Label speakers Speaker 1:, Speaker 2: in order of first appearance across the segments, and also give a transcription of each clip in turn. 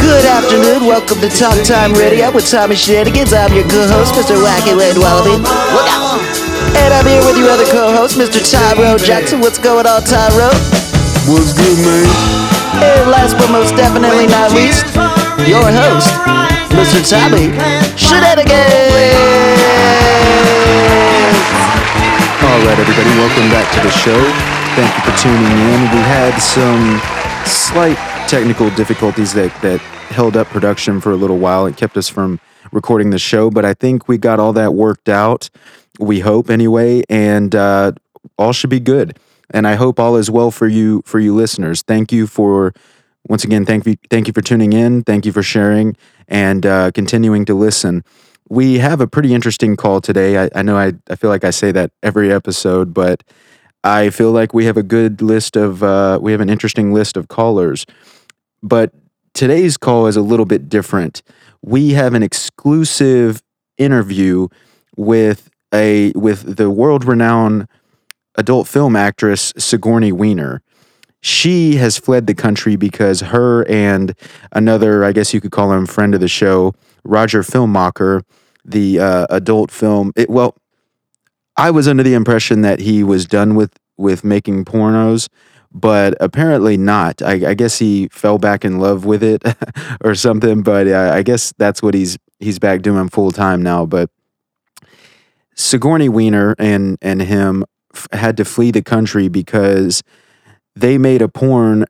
Speaker 1: Good afternoon. Welcome to Talk Time Radio with Tommy Shenanigans. I'm your co-host, Mr. Wacky Wade Wallaby. Look out. And I'm here with your other co-host, Mr. Tyrone Jackson. What's going on, Tyrone?
Speaker 2: What's good, man?
Speaker 1: And last but most definitely not least, your host, Mr. Tommy Shenanigans.
Speaker 2: All right, everybody, welcome back to the show. Thank you for tuning in. We had some slight technical difficulties that, that held up production for a little while. It kept us from recording the show, but I think we got all that worked out. We hope, anyway, and uh, all should be good. And I hope all is well for you, for you listeners. Thank you for once again. Thank you, thank you for tuning in. Thank you for sharing and uh, continuing to listen we have a pretty interesting call today. I, I know I, I feel like I say that every episode, but I feel like we have a good list of, uh, we have an interesting list of callers. But today's call is a little bit different. We have an exclusive interview with a with the world renowned adult film actress Sigourney Weaver. She has fled the country because her and another, I guess you could call him friend of the show, Roger Filmacher, the uh, adult film. It, well, I was under the impression that he was done with with making pornos, but apparently not. I, I guess he fell back in love with it or something. But uh, I guess that's what he's he's back doing full time now. But Sigourney Weaver and and him f- had to flee the country because they made a porn.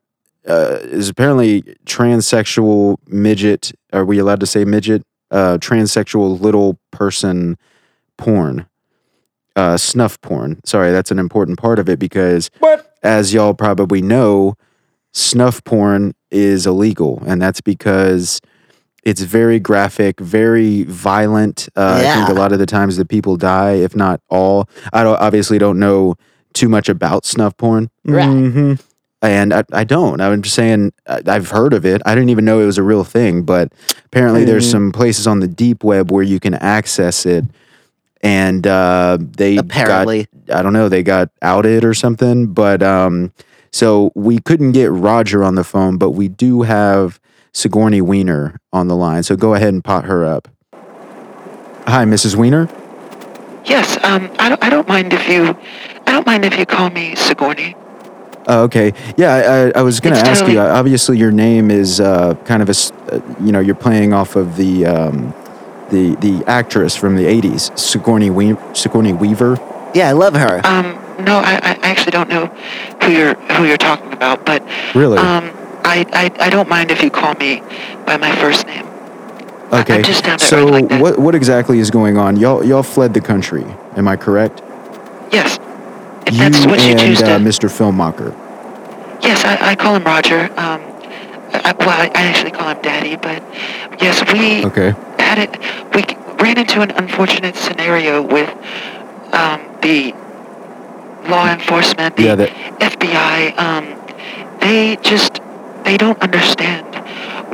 Speaker 2: Uh, is apparently transsexual midget. Are we allowed to say midget? Uh, transsexual little person porn, uh, snuff porn. Sorry, that's an important part of it because, as y'all probably know, snuff porn is illegal, and that's because it's very graphic, very violent. Uh, I think
Speaker 1: Yeah.
Speaker 2: a lot of the times the people die, if not all. I don't obviously don't know too much about snuff porn.
Speaker 1: Right.
Speaker 2: Mhm. And I, I don't. I'm just saying I, I've heard of it. I didn't even know it was a real thing, but apparently there's some places on the deep web where you can access it. And uh, they got-
Speaker 1: Apparently.
Speaker 2: I don't know, they got outed or something. But um, so we couldn't get Roger on the phone, but we do have Sigourney Weiner on the line. So go ahead and pot her up. Hi, Mrs. Weiner.
Speaker 3: Yes, um, I don't, I don't mind if you, I don't mind if you call me Sigourney.
Speaker 2: Oh, okay. Yeah, I- I, I was going to
Speaker 3: It's
Speaker 2: ask you.
Speaker 3: totally-
Speaker 2: uh, Obviously, your name is uh, kind of a, s- uh, you know, you're playing off of the um, the the actress from the '80s, Sigourney Weaver. Sigourney Weaver.
Speaker 1: Yeah, I love her.
Speaker 3: Um, no, I, I actually don't know who you're, who you're talking about, but
Speaker 2: Really?
Speaker 3: um, I, I, I don't mind if you call me by my first name. I-
Speaker 2: okay.
Speaker 3: I just found it
Speaker 2: so,
Speaker 3: right like that.
Speaker 2: what what exactly is going on? Y'all y'all fled the country. Am I correct?
Speaker 3: Yes, if
Speaker 2: you
Speaker 3: that's what you
Speaker 2: and
Speaker 3: choose to.
Speaker 2: uh, Mr. Filmmacher.
Speaker 3: Yes, I, I call him Roger. Um, I, I- well, I I actually call him Daddy, but yes, we
Speaker 2: Okay.
Speaker 3: had it. We ran into an unfortunate scenario with um, the law enforcement, the
Speaker 2: Yeah, that-
Speaker 3: FBI. Um, they just they don't understand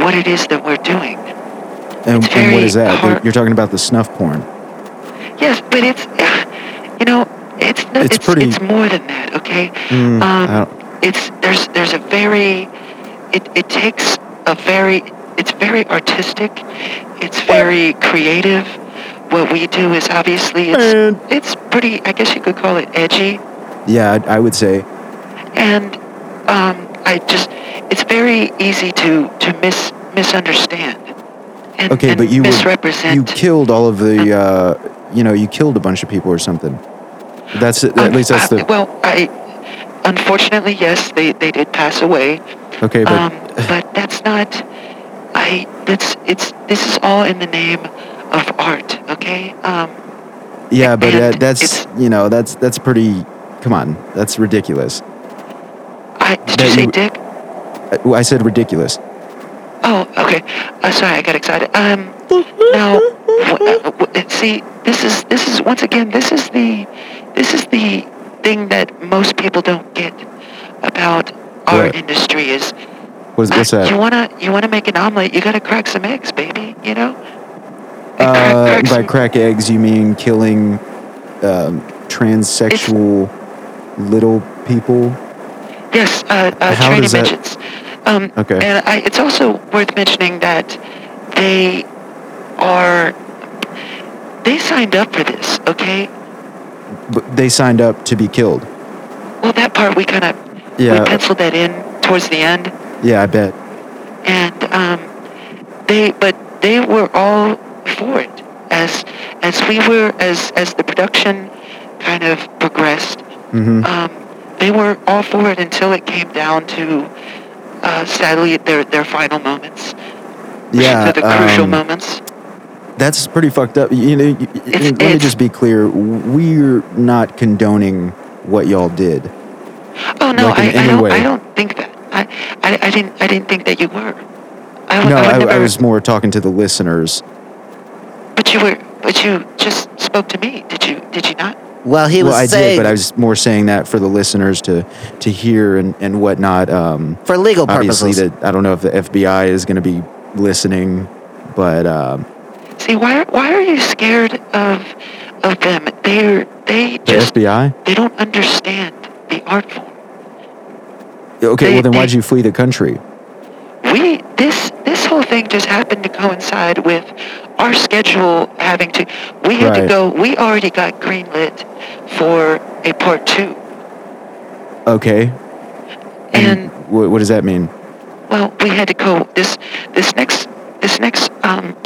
Speaker 3: what it is that we're doing.
Speaker 2: And,
Speaker 3: It's
Speaker 2: and what
Speaker 3: very
Speaker 2: is that?
Speaker 3: hard-
Speaker 2: You're talking about the snuff porn.
Speaker 3: Yes, but it's you know it's no,
Speaker 2: It's
Speaker 3: it's
Speaker 2: pretty-
Speaker 3: it's more than that. Okay.
Speaker 2: Mm, I don't-
Speaker 3: um, it's there's there's a very it, it takes a very it's very artistic it's very creative what we do is obviously it's it's pretty i guess you could call it edgy
Speaker 2: Yeah, I, I would say.
Speaker 3: and um, i just it's very easy to to mis misunderstand and,
Speaker 2: Okay,
Speaker 3: and
Speaker 2: but you were-
Speaker 3: misrepresent
Speaker 2: you killed all of the uh, you know you killed a bunch of people or something that's at
Speaker 3: Um,
Speaker 2: least that's
Speaker 3: Unf- I-
Speaker 2: the
Speaker 3: well i unfortunately yes they they did pass away
Speaker 2: okay but
Speaker 3: um, but that's not. I. That's. It's. This is all in the name of art. Okay. Um,
Speaker 2: yeah but that,
Speaker 3: and
Speaker 2: that's
Speaker 3: it's-
Speaker 2: you know that's that's pretty come on that's ridiculous
Speaker 3: I. Did
Speaker 2: That
Speaker 3: you say
Speaker 2: you-
Speaker 3: dick?
Speaker 2: I, Uh, I said ridiculous
Speaker 3: Oh. Okay. Uh, sorry. I got excited. Um. Now. W- uh, w- see. This is. This is once again. This is the. This is the thing that most people don't get about our
Speaker 2: Right.
Speaker 3: industry is uh,
Speaker 2: What is, what's that?
Speaker 3: you wanna you wanna make an omelet, you gotta crack some eggs, baby. You know. And crack-
Speaker 2: Uh,
Speaker 3: crack
Speaker 2: by
Speaker 3: some-
Speaker 2: crack eggs, you mean killing um, transsexual little people?
Speaker 3: Yes, uh, uh,
Speaker 2: How
Speaker 3: train
Speaker 2: does that-
Speaker 3: dimensions. Um,
Speaker 2: Okay.
Speaker 3: And I, it's also worth mentioning that they are they signed up for this. Okay.
Speaker 2: But they signed up to be killed.
Speaker 3: Well, that part we kind of we
Speaker 2: Yeah,
Speaker 3: penciled that in towards the end,
Speaker 2: yeah, I bet.
Speaker 3: and um, they but they were all for it as as we were as as the production kind of progressed.
Speaker 2: hmm
Speaker 3: um, they were all for it until it came down to, uh, sadly, their their final moments.
Speaker 2: Yeah,
Speaker 3: the crucial
Speaker 2: um,
Speaker 3: moments.
Speaker 2: that's pretty fucked up. You know, y- y-
Speaker 3: It's-
Speaker 2: let me
Speaker 3: it's-
Speaker 2: just be clear: we're not condoning what y'all did.
Speaker 3: Oh no,
Speaker 2: like in
Speaker 3: I, I
Speaker 2: any
Speaker 3: don't.
Speaker 2: way.
Speaker 3: I don't think that. I, I, I didn't. I didn't think that you were. I, would-
Speaker 2: No,
Speaker 3: I,
Speaker 2: I,
Speaker 3: would
Speaker 2: I
Speaker 3: never,
Speaker 2: was more talking to the listeners.
Speaker 3: But you were. But you just spoke to me. Did you? Did you not?
Speaker 1: Well, he was
Speaker 2: well, I
Speaker 1: saying
Speaker 2: did, but I was more saying that for the listeners to to hear and and whatnot. Um,
Speaker 1: for legal
Speaker 2: obviously,
Speaker 1: purposes.
Speaker 2: that I don't know if the FBI is going to be listening, but um,
Speaker 3: See, why? are- Why are you scared of, of them? They're. They
Speaker 2: the
Speaker 3: just.
Speaker 2: FBI.
Speaker 3: They don't understand the art form.
Speaker 2: Okay,
Speaker 3: They-
Speaker 2: well then, why'd
Speaker 3: they-
Speaker 2: you flee the country?
Speaker 3: we this this whole thing just happened to coincide with our schedule having to we had to
Speaker 2: Right.
Speaker 3: go we already got greenlit for a part two
Speaker 2: Okay, Mm.
Speaker 3: and
Speaker 2: what, what does that mean?
Speaker 3: well we had to go this this next this next um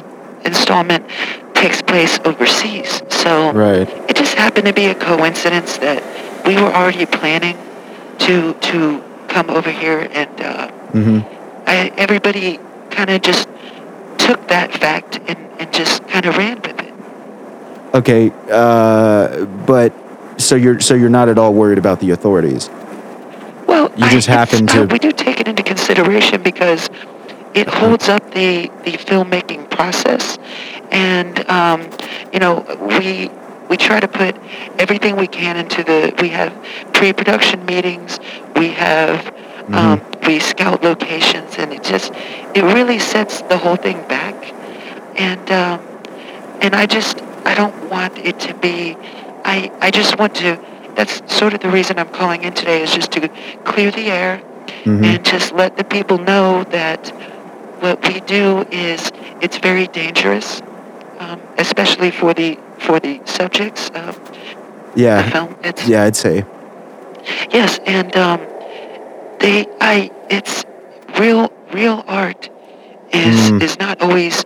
Speaker 3: installment takes place overseas so
Speaker 2: Right.
Speaker 3: it just happened to be a coincidence that we were already planning to to come over here and uh
Speaker 2: hmm
Speaker 3: I, everybody kind of just took that fact and, and just kind of ran with it.
Speaker 2: Okay, uh, but so you're so you're not at all worried about the authorities.
Speaker 3: Well,
Speaker 2: You
Speaker 3: I-
Speaker 2: just happen
Speaker 3: it's-
Speaker 2: to-
Speaker 3: uh, we do take it into consideration because it holds up the, the filmmaking process, and um, you know we we try to put everything we can into the. We have pre-production meetings. We have um, we scout locations, and it just it really sets the whole thing back, and um, and I just I don't want it to be. I I just want to. That's sort of the reason I'm calling in today is just to clear the air
Speaker 2: Mhm.
Speaker 3: and just let the people know that what we do is it's very dangerous, um, especially for the for the subjects of the
Speaker 2: Yeah,
Speaker 3: film. It's
Speaker 2: Uh-huh. yeah, I'd say.
Speaker 3: yes, and um, they I it's real real art is
Speaker 2: Mm.
Speaker 3: is not always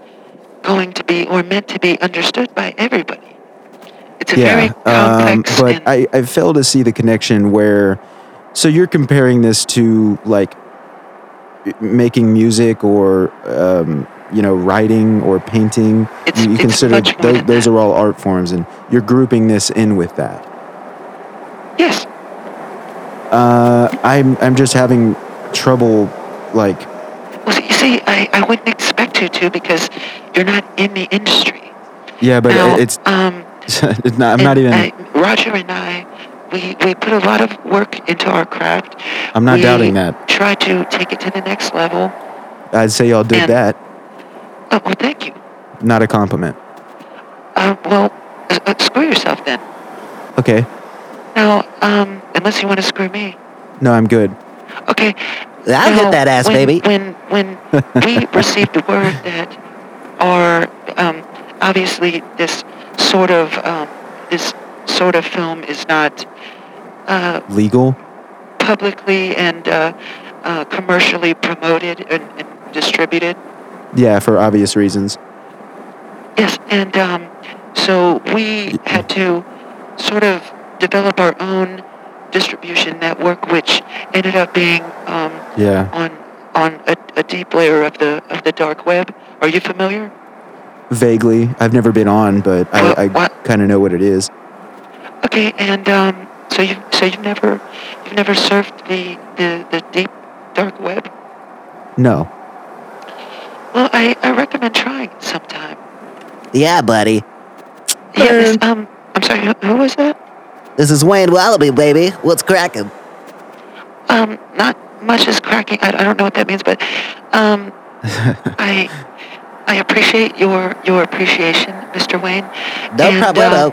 Speaker 3: going to be or meant to be understood by everybody. It's a very
Speaker 2: Yeah, um,
Speaker 3: complex
Speaker 2: but
Speaker 3: and
Speaker 2: I, I fail to see the connection where. So you're comparing this to like making music or um, you know writing or painting.
Speaker 3: It's-
Speaker 2: you you
Speaker 3: it's
Speaker 2: consider
Speaker 3: much more
Speaker 2: tho-
Speaker 3: than
Speaker 2: those
Speaker 3: that.
Speaker 2: are all art forms, and you're grouping this in with that.
Speaker 3: yes,
Speaker 2: Uh, I'm I'm just having trouble like
Speaker 3: Well, you see, I, I wouldn't expect you to because you're not in the industry.
Speaker 2: yeah, but
Speaker 3: now,
Speaker 2: it it's
Speaker 3: um,
Speaker 2: it's not, I'm
Speaker 3: and
Speaker 2: not even.
Speaker 3: I, Roger and I, we we put a lot of work into our craft.
Speaker 2: I'm not
Speaker 3: We
Speaker 2: doubting that.
Speaker 3: Try to take it to the next level.
Speaker 2: I'd say y'all did
Speaker 3: and-
Speaker 2: that.
Speaker 3: Oh, well, thank you.
Speaker 2: Not a compliment.
Speaker 3: Uh, well, uh, uh, screw yourself then.
Speaker 2: Okay.
Speaker 3: Now, um, unless you want to screw me.
Speaker 2: No, I'm good.
Speaker 3: Okay.
Speaker 1: I'll
Speaker 3: now,
Speaker 1: get that ass,
Speaker 3: when,
Speaker 1: baby.
Speaker 3: When when we received the word that our um, obviously this sort of um, this sort of film is not uh,
Speaker 2: Legal.
Speaker 3: publicly and uh, uh, commercially promoted and, and distributed.
Speaker 2: Yeah, for obvious reasons.
Speaker 3: Yes, and um, so we had to sort of develop our own distribution network, which ended up being. Um,
Speaker 2: Yeah.
Speaker 3: on on a, a deep layer of the of the dark web. Are you familiar?
Speaker 2: Vaguely. I've never been on, but
Speaker 3: Well,
Speaker 2: I, I
Speaker 3: what-
Speaker 2: kind of know what it is.
Speaker 3: Okay, and um, so you so you've never you've never surfed the, the, the deep dark web.
Speaker 2: No.
Speaker 3: Well, I, I recommend trying it sometime.
Speaker 1: yeah, buddy.
Speaker 3: Yeah, this, um, I'm sorry, who, who was that?
Speaker 1: This is Wayne Wallaby, baby. What's cracking?
Speaker 3: Um, not much is cracking. I, I don't know what that means, but um, I I appreciate your your appreciation, Mr. Wayne.
Speaker 1: No
Speaker 3: And,
Speaker 1: problemo.
Speaker 3: um,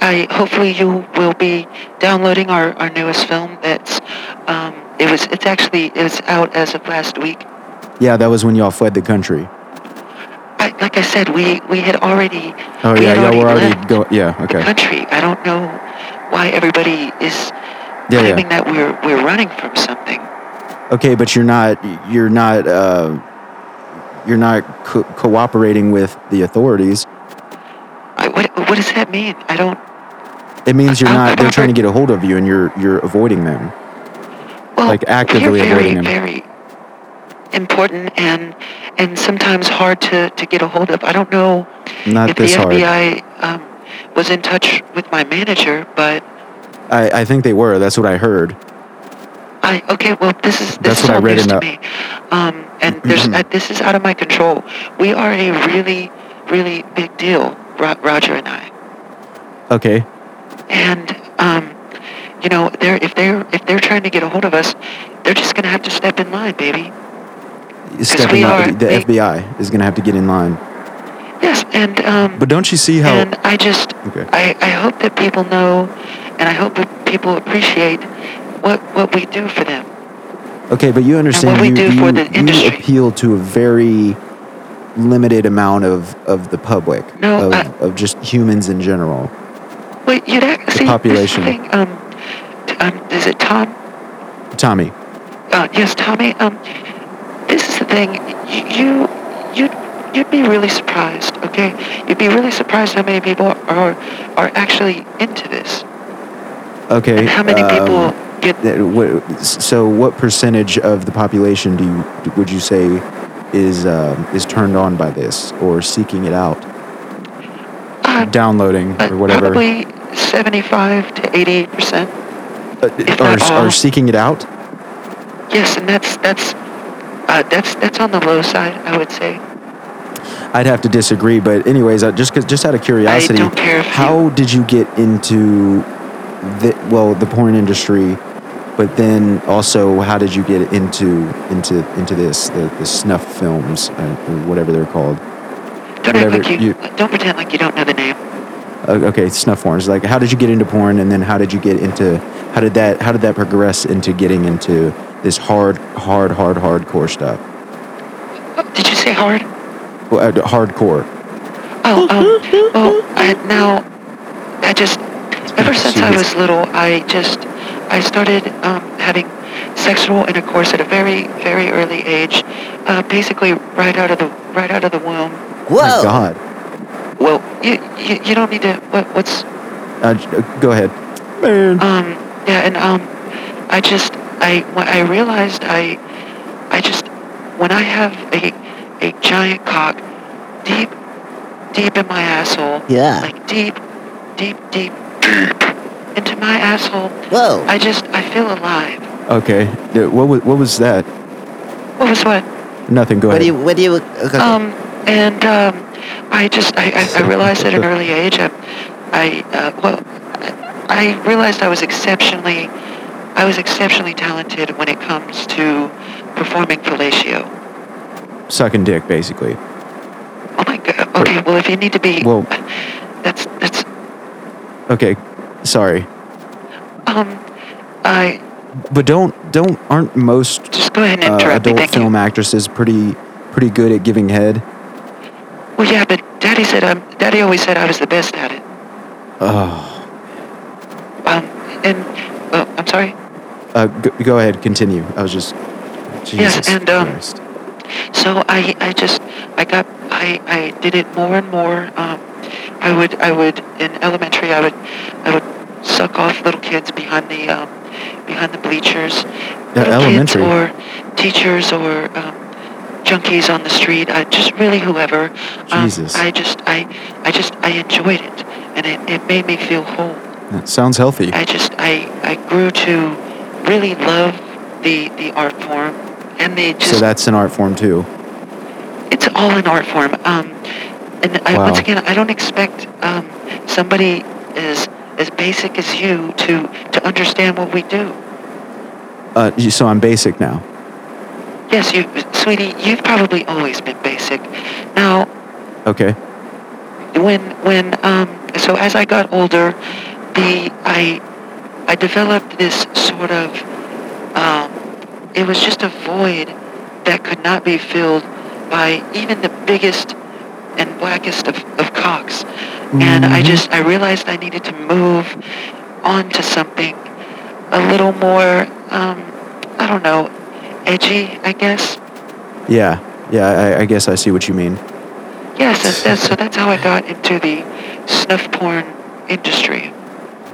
Speaker 3: I hopefully you will be downloading our, our newest film. That's um, it was it's actually it was out as of last week.
Speaker 2: Yeah, that was when y'all fled the country.
Speaker 3: I, like I said, we we had already
Speaker 2: Oh
Speaker 3: we
Speaker 2: yeah,
Speaker 3: had
Speaker 2: y'all were already
Speaker 3: left
Speaker 2: go. Yeah,
Speaker 3: the
Speaker 2: okay.
Speaker 3: country. I don't know why everybody is
Speaker 2: Yeah, yeah.
Speaker 3: claiming that we're we're running from something.
Speaker 2: Okay, but you're not. You're not. Uh, you're not co- cooperating with the authorities.
Speaker 3: I, what what does that mean? I don't.
Speaker 2: It means you're
Speaker 3: I'm
Speaker 2: not. They're
Speaker 3: cooperating.
Speaker 2: trying to get a hold of you, and you're you're avoiding them.
Speaker 3: Well,
Speaker 2: Like, actively
Speaker 3: they're very,
Speaker 2: avoiding him.
Speaker 3: Very important and and sometimes hard to to get a hold of. I don't know
Speaker 2: Not
Speaker 3: if
Speaker 2: this
Speaker 3: the
Speaker 2: hard.
Speaker 3: FBI um, was in touch with my manager, but
Speaker 2: I, I think they were. That's what I heard.
Speaker 3: I okay. Well, this is
Speaker 2: That's
Speaker 3: this is
Speaker 2: what I
Speaker 3: all
Speaker 2: read in
Speaker 3: news to
Speaker 2: the-
Speaker 3: me, um, and there's uh, this is out of my control. We are a really, really big deal, Ro- Roger and I.
Speaker 2: Okay.
Speaker 3: And um, you know, they're if they're if they're trying to get a hold of us, they're just gonna have to step in line, baby.
Speaker 2: Stepping
Speaker 3: we
Speaker 2: up,
Speaker 3: are-
Speaker 2: the
Speaker 3: we-
Speaker 2: FBI is going to have to get in line.
Speaker 3: Yes, and um,
Speaker 2: But don't you see how?
Speaker 3: and I just
Speaker 2: Okay.
Speaker 3: I, I hope that people know, and I hope that people appreciate what what we do for them.
Speaker 2: Okay, but you understand
Speaker 3: we
Speaker 2: you,
Speaker 3: do
Speaker 2: you,
Speaker 3: for the
Speaker 2: you
Speaker 3: industry.
Speaker 2: appeal to a very limited amount of, of the public,
Speaker 3: No,
Speaker 2: of,
Speaker 3: I-
Speaker 2: of just humans in general.
Speaker 3: Wait, you'd act, see,
Speaker 2: population.
Speaker 3: This thing, um, t- um, is it Tom?
Speaker 2: Tommy,
Speaker 3: Uh, yes, Tommy. Um, this is the thing. Y- You, you, you'd be really surprised. Okay, you'd be really surprised how many people are are actually into this,
Speaker 2: okay.
Speaker 3: and how many
Speaker 2: um,
Speaker 3: people get.
Speaker 2: that- what- so, what percentage of the population do you would you say is um, is turned on by this or seeking it out,
Speaker 3: Uh,
Speaker 2: downloading
Speaker 3: uh,
Speaker 2: or whatever,
Speaker 3: Probably seventy-five to eighty percent.
Speaker 2: Uh,
Speaker 3: if
Speaker 2: or,
Speaker 3: not all.
Speaker 2: or seeking it out?
Speaker 3: Yes, and that's that's uh, that's that's on the low side, I would say.
Speaker 2: I'd have to disagree, but anyways, I, just 'cause- just out of curiosity,
Speaker 3: don't care if you-
Speaker 2: how did you get into the well the porn industry, but then also how did you get into into into this the, the snuff films uh, or whatever they're called?
Speaker 3: Don't
Speaker 2: Whatever
Speaker 3: act like you,
Speaker 2: you-
Speaker 3: don't pretend like you don't know the name.
Speaker 2: Uh, okay, snuff porns. Like how did you get into porn, and then how did you get into how did that how did that progress into getting into this hard hard hard hardcore stuff?
Speaker 3: Did you say hard?
Speaker 2: Well, uh, hardcore.
Speaker 3: Oh, um, well, I, now, I just, ever since I
Speaker 2: Jeez.
Speaker 3: was little, I just, I started um, having sexual intercourse at a very, very early age, uh, basically right out of the, right out of the womb.
Speaker 2: My
Speaker 1: Whoa.
Speaker 2: God.
Speaker 3: Well, you, you, you don't need to, what, what's,
Speaker 2: Uh, j- uh, go ahead.
Speaker 3: um, yeah, and um, I just, I, when I realized I, I just, when I have a, a giant cock deep, deep in my asshole,
Speaker 1: Yeah.
Speaker 3: like deep, deep, deep, deep into my asshole.
Speaker 1: Whoa.
Speaker 3: I just, I feel alive.
Speaker 2: Okay. Uh, What was, what was that?
Speaker 3: What was what?
Speaker 2: Nothing. Go
Speaker 1: What
Speaker 2: ahead.
Speaker 1: do you? What do you? Okay.
Speaker 3: Um, and um, I just, I, I, I realized at an early age, I, I uh, well, I I realized I was exceptionally, I was exceptionally talented when it comes to performing fellatio.
Speaker 2: Sucking dick, basically.
Speaker 3: Oh my god. Okay. Well, if you need to be,
Speaker 2: Well-
Speaker 3: that's that's
Speaker 2: Okay. Sorry,
Speaker 3: um, I
Speaker 2: but don't don't aren't most
Speaker 3: just go ahead and
Speaker 2: uh,
Speaker 3: interrupt me.
Speaker 2: adult
Speaker 3: Thank you.
Speaker 2: film actresses pretty pretty good at giving head?
Speaker 3: Well, yeah, but Daddy said um, Daddy always said I was the best at it.
Speaker 2: Oh.
Speaker 3: Um, and uh, I'm sorry.
Speaker 2: Uh, go, go ahead. Continue. I was just. Jesus
Speaker 3: Yes, and, um,
Speaker 2: Christ.
Speaker 3: So I, I just, I got, I, I did it more and more. Um, I would, I would in elementary, I would, I would suck off little kids behind the, um, behind the bleachers.
Speaker 2: Yeah,
Speaker 3: Little
Speaker 2: elementary.
Speaker 3: Kids or teachers or um, junkies on the street. I just really whoever. Um,
Speaker 2: Jesus.
Speaker 3: I just, I, I just, I enjoyed it, and it, it made me feel whole.
Speaker 2: That sounds healthy.
Speaker 3: I just I I grew to really love the the art form, and they just
Speaker 2: so that's an art form too.
Speaker 3: it's all an art form. Um, and I,
Speaker 2: Wow.
Speaker 3: once again, I don't expect um, somebody as as basic as you to to understand what we do.
Speaker 2: Uh, y- so I'm basic now.
Speaker 3: Yes, you, sweetie, you've probably always been basic. Now,
Speaker 2: Okay.
Speaker 3: when when um, so as I got older, the I I developed this sort of um, it was just a void that could not be filled by even the biggest and blackest of, of cocks. And I
Speaker 2: Mhm.
Speaker 3: just I realized I needed to move on to something a little more um, I don't know edgy I guess.
Speaker 2: Yeah. Yeah. I, I guess I see what you mean.
Speaker 3: Yes, that's, that's, so that's how I got into the snuff porn industry.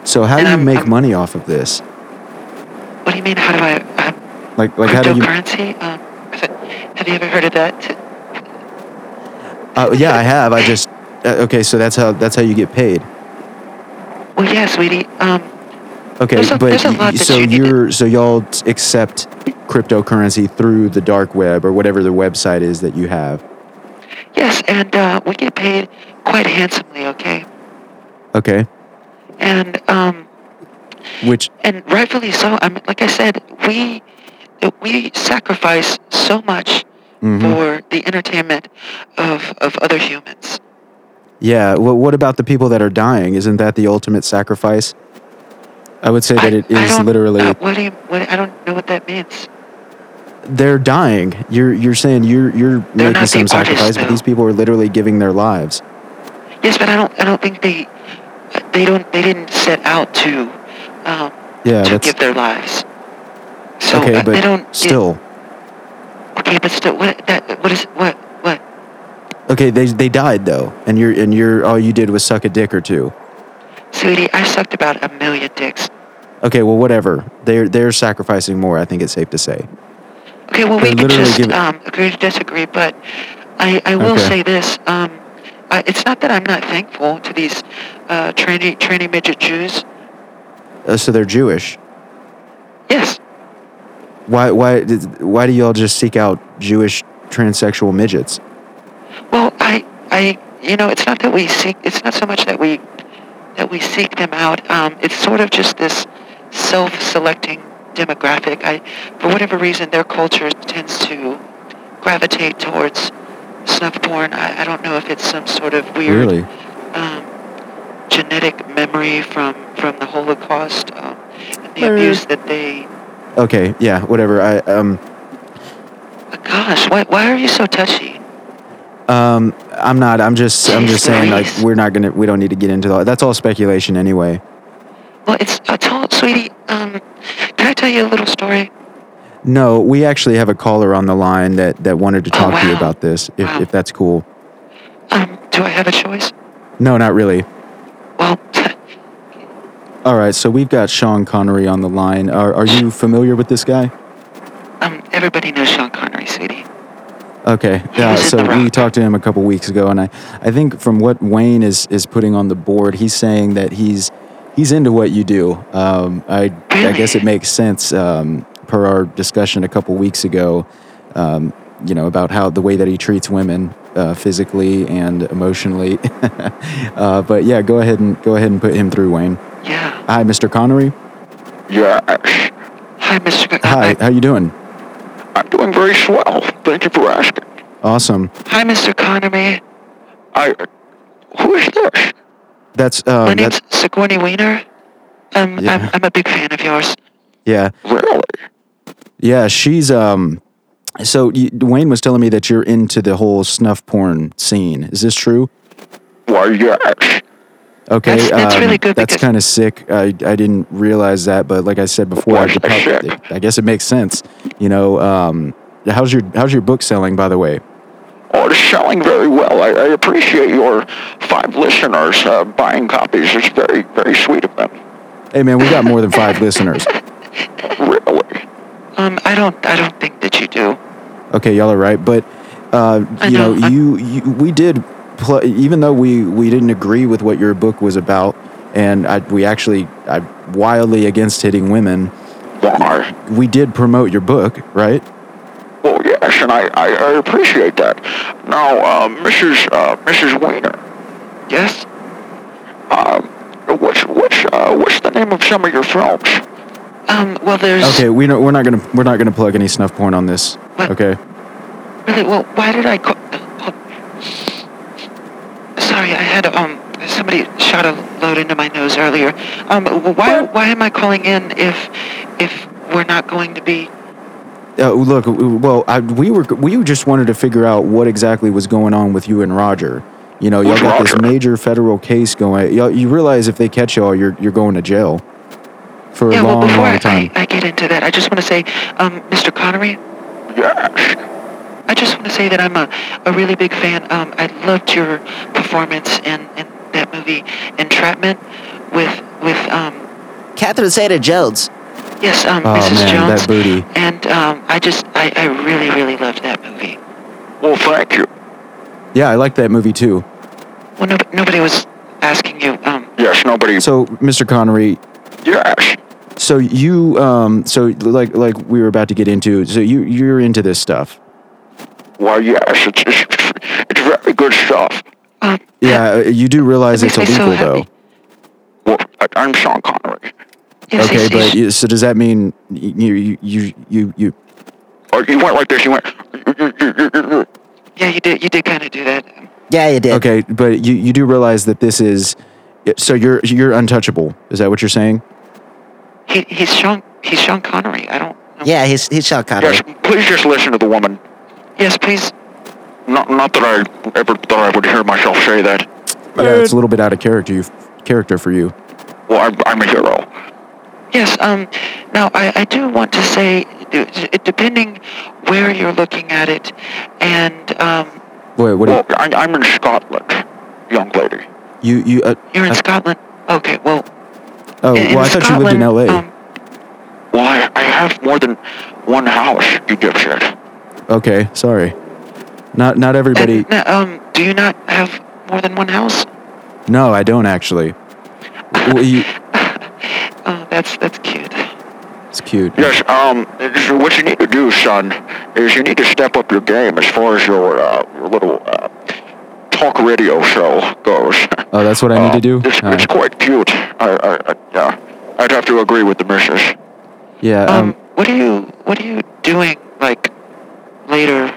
Speaker 2: So how
Speaker 3: And
Speaker 2: do you
Speaker 3: I'm-
Speaker 2: make
Speaker 3: I'm-
Speaker 2: money off of this?
Speaker 3: What do you mean? How do I? Uh,
Speaker 2: Like like how do you?
Speaker 3: cryptocurrency? Um, have you ever heard of that?
Speaker 2: Uh, yeah, I have. I just uh, okay. So that's how that's how you get paid.
Speaker 3: Well, yeah, sweetie. Um,
Speaker 2: Okay,
Speaker 3: There's a-
Speaker 2: but
Speaker 3: there's a
Speaker 2: y-
Speaker 3: lot that
Speaker 2: so
Speaker 3: you need to-
Speaker 2: you're so y'all t- accept cryptocurrency through the dark web or whatever the website is that you have.
Speaker 3: yes, and uh, we get paid quite handsomely. Okay,
Speaker 2: Okay,
Speaker 3: and um,
Speaker 2: which
Speaker 3: and rightfully so. I mean, like I said, we we sacrifice so much
Speaker 2: mhm.
Speaker 3: for the entertainment of of other humans.
Speaker 2: yeah. Well, what about the people that are dying? Isn't that the ultimate sacrifice? I would say that it is
Speaker 3: don't-
Speaker 2: literally
Speaker 3: uh, what do you? What, I don't know what that means.
Speaker 2: they're dying. You're you're saying you're you're making
Speaker 3: not
Speaker 2: some
Speaker 3: the
Speaker 2: sacrifice,
Speaker 3: artists,
Speaker 2: but
Speaker 3: though.
Speaker 2: these people are literally giving their lives.
Speaker 3: Yes, but I don't. I don't think they. They don't. They didn't set out to. Um,
Speaker 2: Yeah,
Speaker 3: to
Speaker 2: that's
Speaker 3: give their lives. So
Speaker 2: okay,
Speaker 3: uh, they don't.
Speaker 2: but
Speaker 3: it-
Speaker 2: still.
Speaker 3: okay, but still, what? That, what is? What? What?
Speaker 2: Okay, they they died though, and you're and you're all you did was suck a dick or two.
Speaker 3: Sweetie, I sucked about a million dicks.
Speaker 2: Okay, well, whatever. They're they're sacrificing more. I think it's safe to say.
Speaker 3: Okay, well,
Speaker 2: They
Speaker 3: we can
Speaker 2: literally
Speaker 3: just
Speaker 2: give it-
Speaker 3: um, agree to disagree, but I, I will
Speaker 2: Okay.
Speaker 3: say this. Um, I, it's not that I'm not thankful to these uh, tranny, tranny midget Jews.
Speaker 2: Uh, so they're Jewish.
Speaker 3: Yes,
Speaker 2: Why why did- why do y'all just seek out Jewish transsexual midgets?
Speaker 3: Well, I, I, you know, it's not that we seek. It's not so much that we, that we seek them out. Um, it's sort of just this self-selecting demographic. I, for whatever reason, their culture tends to gravitate towards snuff porn. I, I don't know if it's some sort of weird
Speaker 2: Really?
Speaker 3: um, genetic memory from from the Holocaust um, and the abuse that they.
Speaker 2: Okay, yeah, whatever. I um
Speaker 3: Oh, Gosh, why, why are you so touchy?
Speaker 2: um I'm not. I'm just I'm just
Speaker 3: Jeez
Speaker 2: saying like
Speaker 3: Louise.
Speaker 2: we're not gonna we don't need to get into that. That's all speculation anyway.
Speaker 3: Well, it's I told sweetie. Um, can I tell you a little story?
Speaker 2: No, we actually have a caller on the line that that wanted to
Speaker 3: Oh,
Speaker 2: talk to you
Speaker 3: wow.
Speaker 2: about this. If
Speaker 3: Wow.
Speaker 2: if that's cool.
Speaker 3: Um, do I have a choice?
Speaker 2: No, not really.
Speaker 3: Well,
Speaker 2: All right, so we've got Sean Connery on the line. Are are you familiar with this guy?
Speaker 3: um, everybody knows Sean Connery, sweetie.
Speaker 2: Okay.
Speaker 3: He
Speaker 2: Yeah.
Speaker 3: was in
Speaker 2: So
Speaker 3: The
Speaker 2: we
Speaker 3: Rock.
Speaker 2: talked to him a couple weeks ago, and I, I think from what Wayne is is putting on the board, he's saying that he's he's into what you do. Um, I I
Speaker 3: Really?
Speaker 2: guess it makes sense um, per our discussion a couple weeks ago. Um, you know about how the way that he treats women uh, physically and emotionally. uh, but yeah, go ahead and go ahead and put him through, Wayne.
Speaker 3: Yeah.
Speaker 2: Hi, Mr. Connery.
Speaker 4: Yeah,
Speaker 3: Hi, Mr. Con- uh,
Speaker 2: Hi. How you doing?
Speaker 4: I'm doing very swell. Thank you for asking.
Speaker 2: Awesome.
Speaker 3: Hi, Mr. Connery.
Speaker 4: I, who is this?
Speaker 2: That's um,
Speaker 3: My
Speaker 2: that's
Speaker 3: name's Sigourney Weaver. Um,
Speaker 2: Yeah.
Speaker 3: I'm, I'm a big fan of yours.
Speaker 2: yeah.
Speaker 4: Really?
Speaker 2: Yeah, she's um. So you, Wayne was telling me that you're into the whole snuff porn scene. Is this true?
Speaker 4: Why, yes.
Speaker 2: Okay, um,
Speaker 3: That's- that's really good
Speaker 2: That's
Speaker 3: because-
Speaker 2: kind of sick. I, I didn't realize that, but like I said before, I,
Speaker 4: Why
Speaker 2: could
Speaker 4: that's
Speaker 2: probably-
Speaker 4: sick?
Speaker 2: I guess it makes sense. You know, um, how's your how's your book selling? By the way,
Speaker 4: Oh, it's selling very well. I, I appreciate your five listeners uh, buying copies. It's very, very sweet of them.
Speaker 2: hey man, we got more than five listeners.
Speaker 4: Really?
Speaker 3: Um, I don't, I don't think that you do.
Speaker 2: Okay, y'all are right, but uh,
Speaker 3: I
Speaker 2: you know,
Speaker 3: know, I-
Speaker 2: you, you we did pl- even though we we didn't agree with what your book was about, and I, we actually I wildly against hitting women.
Speaker 4: Why?
Speaker 2: we did promote your book, right?
Speaker 4: Well, yes, and I, I, I appreciate that. Now, uh, Mrs. Uh, Mrs. Weiner,
Speaker 3: Yes.
Speaker 4: um, what's, what's, uh, what's the name of some of your films?
Speaker 3: Um, well, there's
Speaker 2: Okay, we know, we're not gonna we're not gonna plug any snuff porn on this.
Speaker 3: What?
Speaker 2: Okay,
Speaker 3: really. Well, why did I call? uh, Sorry, I had um somebody shot a load into my nose earlier. Um, wh- why why am I calling in if if we're not going to be?
Speaker 2: uh, look, well, I, we were we just wanted to figure out what exactly was going on with you and Roger. You know, y'all
Speaker 4: Who's
Speaker 2: got this
Speaker 4: Roger?
Speaker 2: major federal case going. Y'all, you realize if they catch y'all, you're you're going to jail for a
Speaker 3: yeah.
Speaker 2: long,
Speaker 3: well, before
Speaker 2: long
Speaker 3: I,
Speaker 2: time.
Speaker 3: I get into that, I just want to say, um, Mr. Connery,
Speaker 4: Yes.
Speaker 3: I just want to say that I'm a, a really big fan. Um, I loved your performance in, in that movie Entrapment with with um
Speaker 1: Catherine Zeta Jones.
Speaker 3: yes um
Speaker 2: oh
Speaker 3: Mrs.
Speaker 2: man,
Speaker 3: Jones
Speaker 2: that booty.
Speaker 3: and um I just I, I really really loved that movie.
Speaker 4: Well, thank you.
Speaker 2: Yeah, I like that movie too.
Speaker 3: Well, no, nobody was asking you. Um,
Speaker 4: Yes, nobody.
Speaker 2: So, Mr. Connery,
Speaker 4: Yes.
Speaker 2: so you um, so like like we were about to get into. So you you're into this stuff.
Speaker 4: Well, yes, it's, it's, it's very good stuff.
Speaker 3: um
Speaker 2: Yeah, uh, you do realize
Speaker 3: That
Speaker 2: it's
Speaker 3: makes me so
Speaker 2: illegal
Speaker 3: happy.
Speaker 2: though.
Speaker 4: Well, I, I'm Sean Connery.
Speaker 3: yes,
Speaker 2: okay,
Speaker 3: yes,
Speaker 2: but
Speaker 3: yes.
Speaker 2: you, so does that mean you you you you, you
Speaker 4: Or Oh, you went like this. You went.
Speaker 3: yeah, you did you did kind of do that. Um,
Speaker 1: Yeah, you did.
Speaker 2: okay? But you, you do realize that this is so you're you're untouchable. Is that what you're saying?
Speaker 3: He he's Sean he's Sean Connery. I don't. know.
Speaker 1: Yeah, he's he's Sean Connery.
Speaker 4: Yes, please just listen to the woman.
Speaker 3: Yes, please.
Speaker 4: Not, not that I ever thought I would hear myself say that.
Speaker 2: Yeah, it's a little bit out of character. You, character for you.
Speaker 4: Well, I'm, I'm a hero.
Speaker 3: Yes. Um. Now, I, I do want to say, d- d- depending where you're looking at it, and um,
Speaker 2: Wait, what? do
Speaker 4: Well, I, I'm in Scotland, young lady.
Speaker 2: you you, you uh,
Speaker 3: you're in
Speaker 2: uh,
Speaker 3: Scotland. Okay. Well.
Speaker 2: oh
Speaker 3: in, in
Speaker 2: well, I thought you lived in
Speaker 3: Scotland,
Speaker 2: L.A.
Speaker 3: Um,
Speaker 4: Well, I, I have more than one house, you dipshit.
Speaker 2: okay, sorry. Not not everybody.
Speaker 3: and, no, um. Do you not have more than one house?
Speaker 2: no, I don't actually. Well, you-
Speaker 3: Oh, that's that's cute.
Speaker 2: it's cute.
Speaker 4: Yes, um, so what you need to do, son, is you need to step up your game as far as your, uh, your little uh, talk radio show goes.
Speaker 2: Oh, that's what I need
Speaker 4: Uh,
Speaker 2: to do.
Speaker 4: It's,
Speaker 2: All
Speaker 4: it's
Speaker 2: right.
Speaker 4: quite cute. I, I, I, yeah, I'd have to agree with the missus.
Speaker 2: Yeah.
Speaker 3: Um,
Speaker 2: Um,
Speaker 3: what are you what are you doing like later?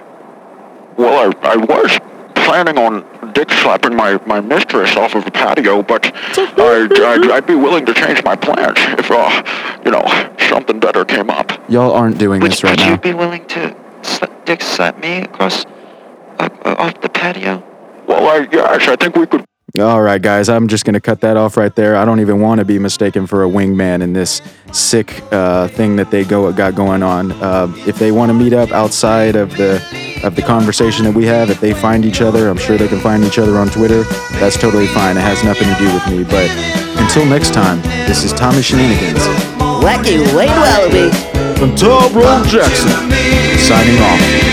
Speaker 4: Well, I, I was planning on dick slapping my, my mistress off of a patio, but I'd, I'd, I'd be willing to change my plans if, uh, you know, something better came up.
Speaker 2: y'all aren't doing
Speaker 3: Would,
Speaker 2: this right
Speaker 3: would
Speaker 2: now.
Speaker 3: you be willing to sla- dick slap me across uh, uh, off the patio?
Speaker 4: Well, I, yes, I think we could
Speaker 2: All right, guys, I'm just going to cut that off right there. I don't even want to be mistaken for a wingman in this sick uh, thing that they go got going on. Uh, if they want to meet up outside of the of the conversation that we have, if they find each other, I'm sure they can find each other on Twitter. That's totally fine. It has nothing to do with me. But until next time, this is Tommy Shenanigans
Speaker 1: Wacky Wayne Wallaby.
Speaker 2: from Tom Roll Jackson signing off.